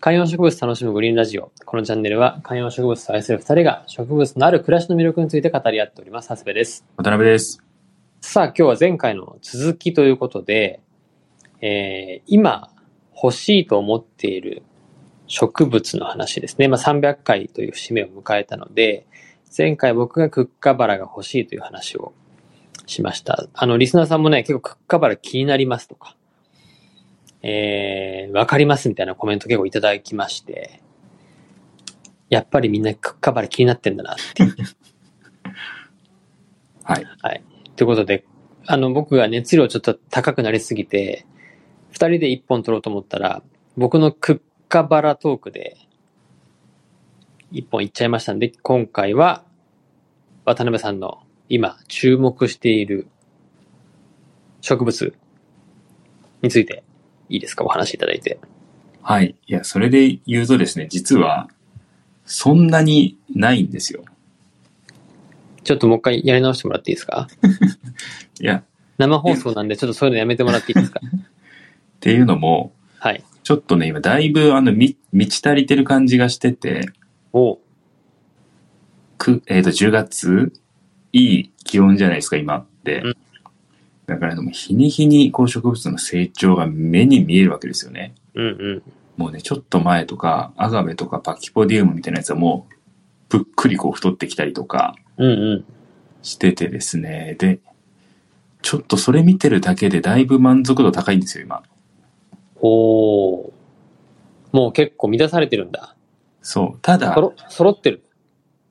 観葉植物楽しむグリーンラジオ。このチャンネルは観葉植物を愛する二人が植物のある暮らしの魅力について語り合っております。長谷部です。渡辺です。さあ、今日は前回の続きということで、えー今欲しいと思っている植物の話ですね。まあ、300回という節目を迎えたので、前回僕がクッカバラが欲しいという話をしました。あの、リスナーさんもね、結構クッカバラ気になりますとか、えー、わかりますみたいなコメント結構いただきまして、やっぱりみんなクッカバラ気になってんだなはい。ということで、あの、僕が熱量ちょっと高くなりすぎて、二人で一本取ろうと思ったら、僕のクッカバラトークで、一本いっちゃいましたんで、今回は、渡辺さんの今注目している植物について、いいですかお話しいただいて。はい。いや、それで言うとですね、実は、そんなにないんですよ。ちょっともう一回やり直してもらっていいですかいや、っ生放送なんで、ちょっとそういうのやめてもらっていいですかていうのも、はい。ちょっとね、今、だいぶ、あの、み満ち足りてる感じがしてて、おうく、えっ、と、10月、いい気温じゃないですか、今って。うんだから、もう日に日に、こう、植物の成長が目に見えるわけですよね。うんうん。もうね、ちょっと前とか、アガベとかパキポディウムみたいなやつはもう、ぷっくりこう太ってきたりとかうんうん。しててですね。で、ちょっとそれ見てるだけでだいぶ満足度高いんですよ、今。おお。もう結構満たされてるんだ。そう。ただそ、ろ、揃ってる。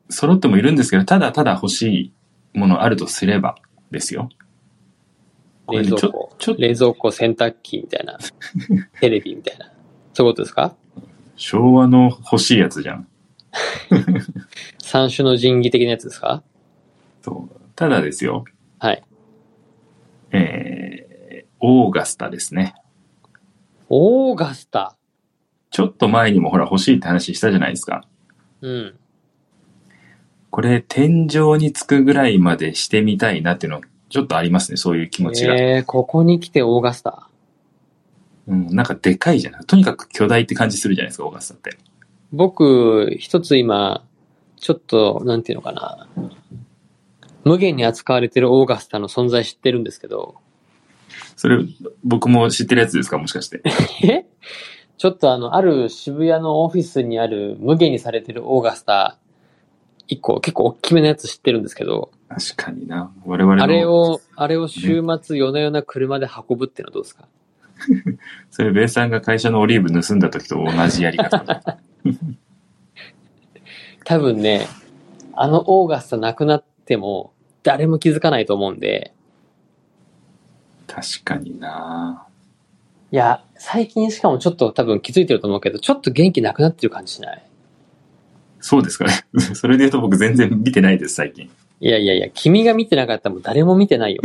揃ってもいるんですけど、ただただ欲しいものあるとすれば、ですよ。これ冷ね、蔵ちょ庫、ちょっと、冷蔵庫、洗濯機みた いな。テレビみたいな。そういうことですか昭和の欲しいやつじゃん。三種の神器的なやつですかそう。ただですよ。はい。えー、オーガスタですね。オーガスタ。ちょっと前にもほら欲しいって話したじゃないですか。うん。これ天井につくぐらいまでしてみたいなっていうのちょっとありますねそういう気持ちが、えー、ここに来てオーガスタ。うん、なんかでかいじゃないとにかく巨大って感じするじゃないですかオーガスタって僕、一つ今、ちょっと、なんていうのかな。無限に扱われてるオーガスタの存在知ってるんですけど、それ僕も知ってるやつですかもしかしてえちょっとあの、ある渋谷のオフィスにある無限にされてるオーガスタ一個、結構大きめのやつ知ってるんですけど、確かにな我々のあれを、あれを週末夜な夜な車で運ぶってのはどうですかそれベイさんが会社のオリーブ盗んだ時と同じやり方 だ多分ね、あのオーガスタなくなっても誰も気づかないと思うんで、確かにないや、最近しかもちょっと多分気づいてると思うけど、ちょっと元気なくなってる感じしないそうですかね それで言うと僕全然見てないです最近いやいやいや、君が見てなかったらもう誰も見てないよ。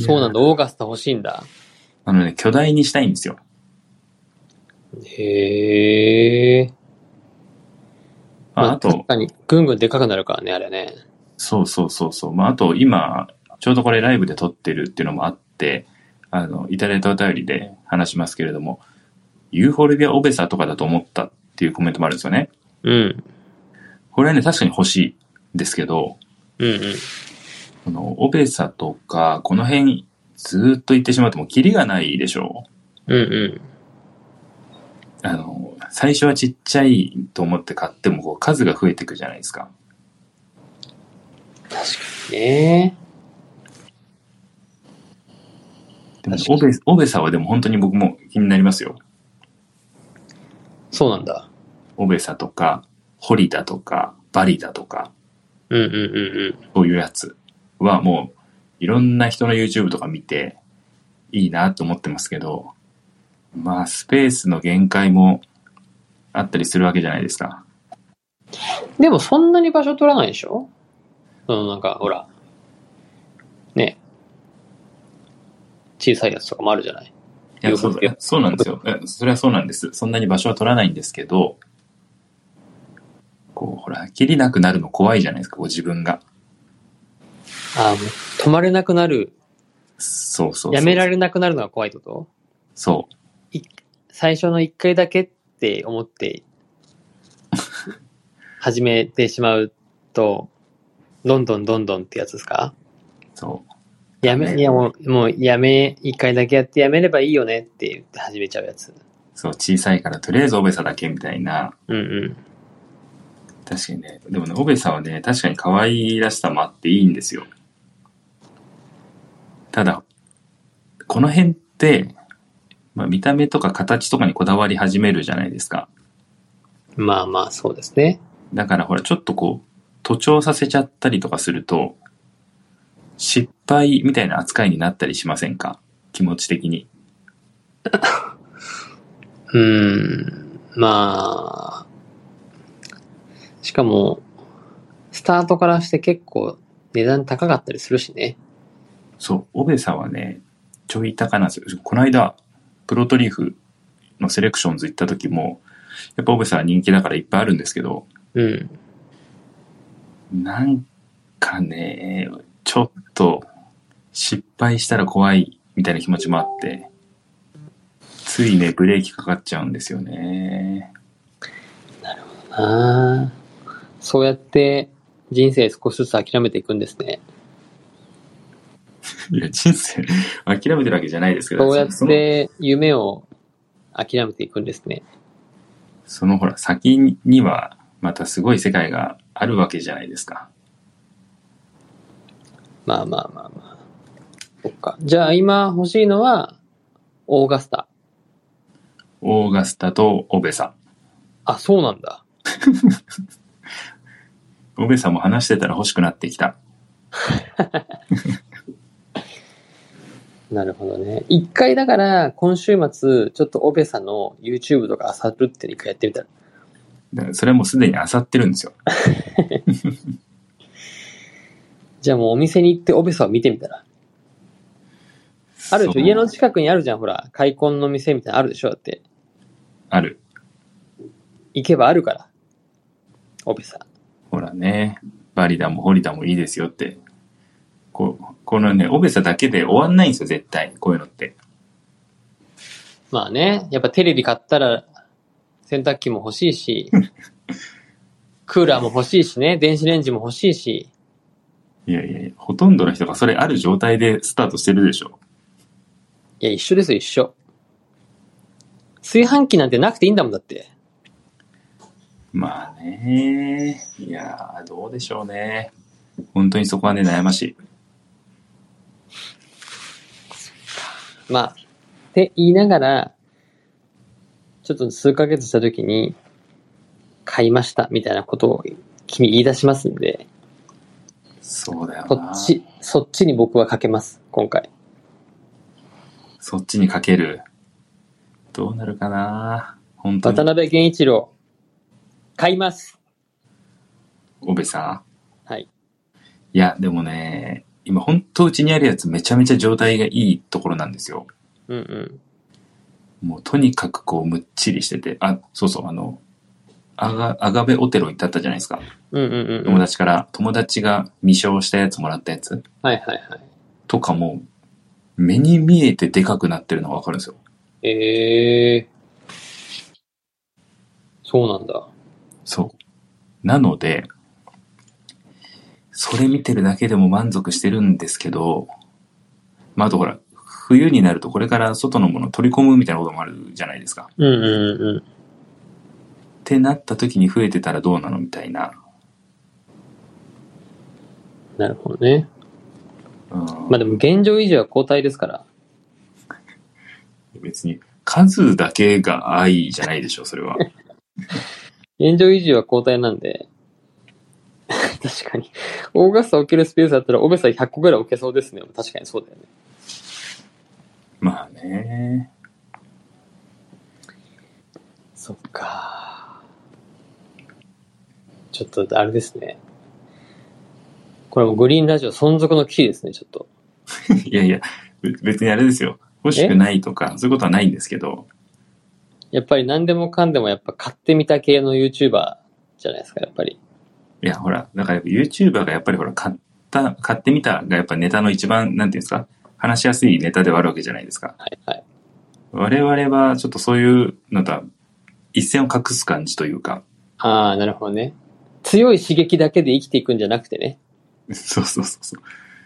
そうなんだ、いやオーガスタ欲しいんだ。あのね巨大にしたいんですよへえ。あまああと確かに、ぐんぐんでかくなるからね、あれね。そうそうそうそう。まあ、あと今、ちょうどこれライブで撮ってるっていうのもあって、あの、いただいたお便りで話しますけれども、ユーフォルビアオベサとかだと思ったっていうコメントもあるんですよね。うん。これはね、確かに欲しいですけど、うんうん。このオベサとか、この辺ずーっと行ってしまうともうキリがないでしょうんうん。う。あの、最初はちっちゃいと思って買ってもこう数が増えていくじゃないですか。ねでも確かオにベ、オベサはでも本当に僕も気になりますよ。え。そうなんだ。オベサとか、ホリだとか、バリだとか。うんうんうんうん。そういうやつはもういろんな人の YouTube とか見ていいなと思ってますけど、まあスペースの限界もあったりするわけじゃないですか。でもそんなに場所取らないでしょそのなんか、ほら。ね小さいやつとかもあるじゃないいやよくそういやそうなんですよ。えそれはそうなんです。そんなに場所は取らないんですけど、こうほら、切りなくなるの怖いじゃないですか、こう自分が。ああ、もう止まれなくなる。そうそうそう。やめられなくなるのが怖いってことそう。い最初の一回だけって思って 始めてしまうと、どんどんどんどんってやつですかそう。やめ、ねいやもう、もうやめ、一回だけやってやめればいいよねって言って始めちゃうやつ。そう、小さいからとりあえずオベサだけみたいな。うんうん。確かにね。でもね、オベサはね、確かに可愛らしさもあっていいんですよ。ただ、この辺って、まあ、見た目とか形とかにこだわり始めるじゃないですか。まあまあ、そうですね。だからほら、ちょっとこう、徒長させちゃったりとかすると、失敗みたいな扱いになったりしませんか気持ち的に。うーん。まあ。しかも、スタートからして結構値段高かったりするしね。そう、オベサはね、ちょい高なんですよ。この間、プロトリーフのセレクションズ行った時も、やっぱオベサは人気だからいっぱいあるんですけど、うん。なんかね、ちょっと失敗したら怖いみたいな気持ちもあって、ついね、ブレーキかかっちゃうんですよね。ああ。そうやって人生少しずつ諦めていくんですね。いや、人生、諦めてるわけじゃないですけど、そうやっそのて夢を諦めていくんですね。そのほら、先にはまたすごい世界があるわけじゃないですか。まあまあまあまあ。そっか。じゃあ今欲しいのは、オーガスタ。オーガスタとオベサ。あ、そうなんだ。オベサも話してたら欲しくなってきた。なるほどね。一回だから、今週末、ちょっとオベさんの YouTube とか漁るっていうの一回やってみたら。だからそれはもうすでに漁ってるんですよ。じゃあもうお店に行ってオベさんを見てみたら。あるでしそょう家の近くにあるじゃん、ほら。開墾の店みたいなのあるでしょだって。ある。行けばあるから。オベさん。ほらね、バリだもホリダもいいですよって。こうこのね、オベサだけで終わんないんですよ、絶対。こういうのって。まあね、やっぱテレビ買ったら、洗濯機も欲しいし、 クーラーも欲しいしね、電子レンジも欲しいし、いやいやいや、ほとんどの人がそれある状態でスタートしてるでしょ。いや、一緒ですよ、一緒。炊飯器なんてなくていいんだもんだって。まあね、いやー、どうでしょうね。本当にそこはね、悩ましい。まあ、って言いながら、ちょっと数ヶ月した時に、買いました、みたいなことを君言い出しますんで、そうだよそな。っち、そっちに僕はかけます、今回。そっちにかける。どうなるかな本当渡に。辺源一郎、買いますオベサはい。いや、でもね、今本当うちにあるやつめちゃめちゃ状態がいいところなんですよ。うんうん。もうとにかくこうむっちりしてて、あ、そうそう、あの、アガアガベオテロに立ったじゃないですか。うんうんうん、うん。友達から、友達が未消したやつもらったやつはいはいはい。とかも、目に見えてでかくなってるのがわかるんですよ。ええそうなんだ。そう。なので、それ見てるだけでも満足してるんですけど、まあ、あとほら、冬になるとこれから外のものを取り込むみたいなこともあるじゃないですか。うんうんうん。ってなった時に増えてたらどうなのみたいな。なるほどね。うんまあでも現状維持は交代ですから。別に、数だけが愛じゃないでしょ、それは。 現状維持は交代なんで。 確かに。オーガスタ置けるスペースだったら、オベサ100個ぐらい置けそうですね。確かにそうだよね。まあね。そっか。ちょっと、あれですね。これもグリーンラジオ存続の危機ですね、ちょっと。いやいや、べ別にあれですよ。欲しくないとか、そういうことはないんですけど、やっぱり何でもかんでもやっぱ買ってみた系の YouTuber じゃないですか、やっぱり。いや、ほら、だからやっぱ YouTuber がやっぱりほら、買った、買ってみたがやっぱネタの一番、なんていうんですか、話しやすいネタではあるわけじゃないですか。はいはい。我々はちょっとそういう、なんか、一線を隠す感じというか、 ああ、なるほどね。強い刺激だけで生きていくんじゃなくてね。そうそうそうそ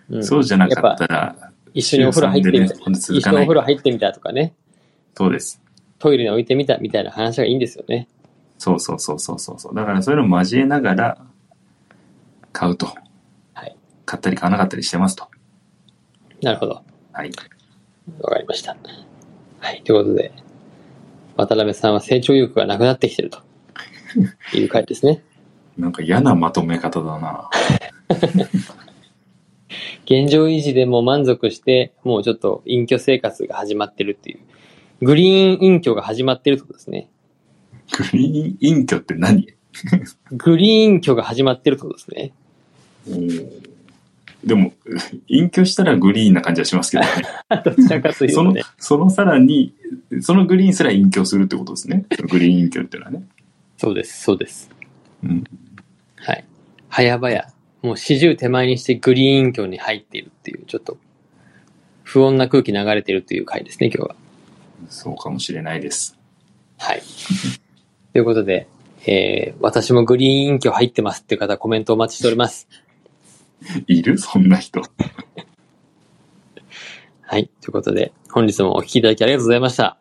う。うん、そうじゃなかったら、一緒にお風呂入ってみた、週三でね今度続一緒かになおい風呂入ってみたとかね、そうです。トイレに置いてみたみたいな話がいいんですよね。そうそうそうそうそうそう。だからそういうのを交えながら、買うと。はい買ったり買わなかったりしてますと。なるほど。はい。わかりました。はい、ということで、渡辺さんは成長意欲がなくなってきてる という回ですね。なんか嫌なまとめ方だな。 現状維持でも満足して、もうちょっと隠居生活が始まってるっていう。グリーン隠居が始まってるってことですね。グリーン隠居って何グリーン隠居が始まってるってことです ね。でも、 隠居したらグリーンな感じはします けどね。どちらかというそとのね。、そのさらに、そのグリーンすら隠居するってことですね。そのグリーン隠居っていうのはね。そうです、そうです。うん。はい。早々、もう四十手前にしてグリーン業に入っているっていう、ちょっと、不穏な空気流れてるという回ですね、今日は。そうかもしれないです。はい。ということで、えー、私もグリーン業入ってますっていう方、コメントお待ちしております。いるそんな人。はい。ということで、本日もお聞きいただきありがとうございました。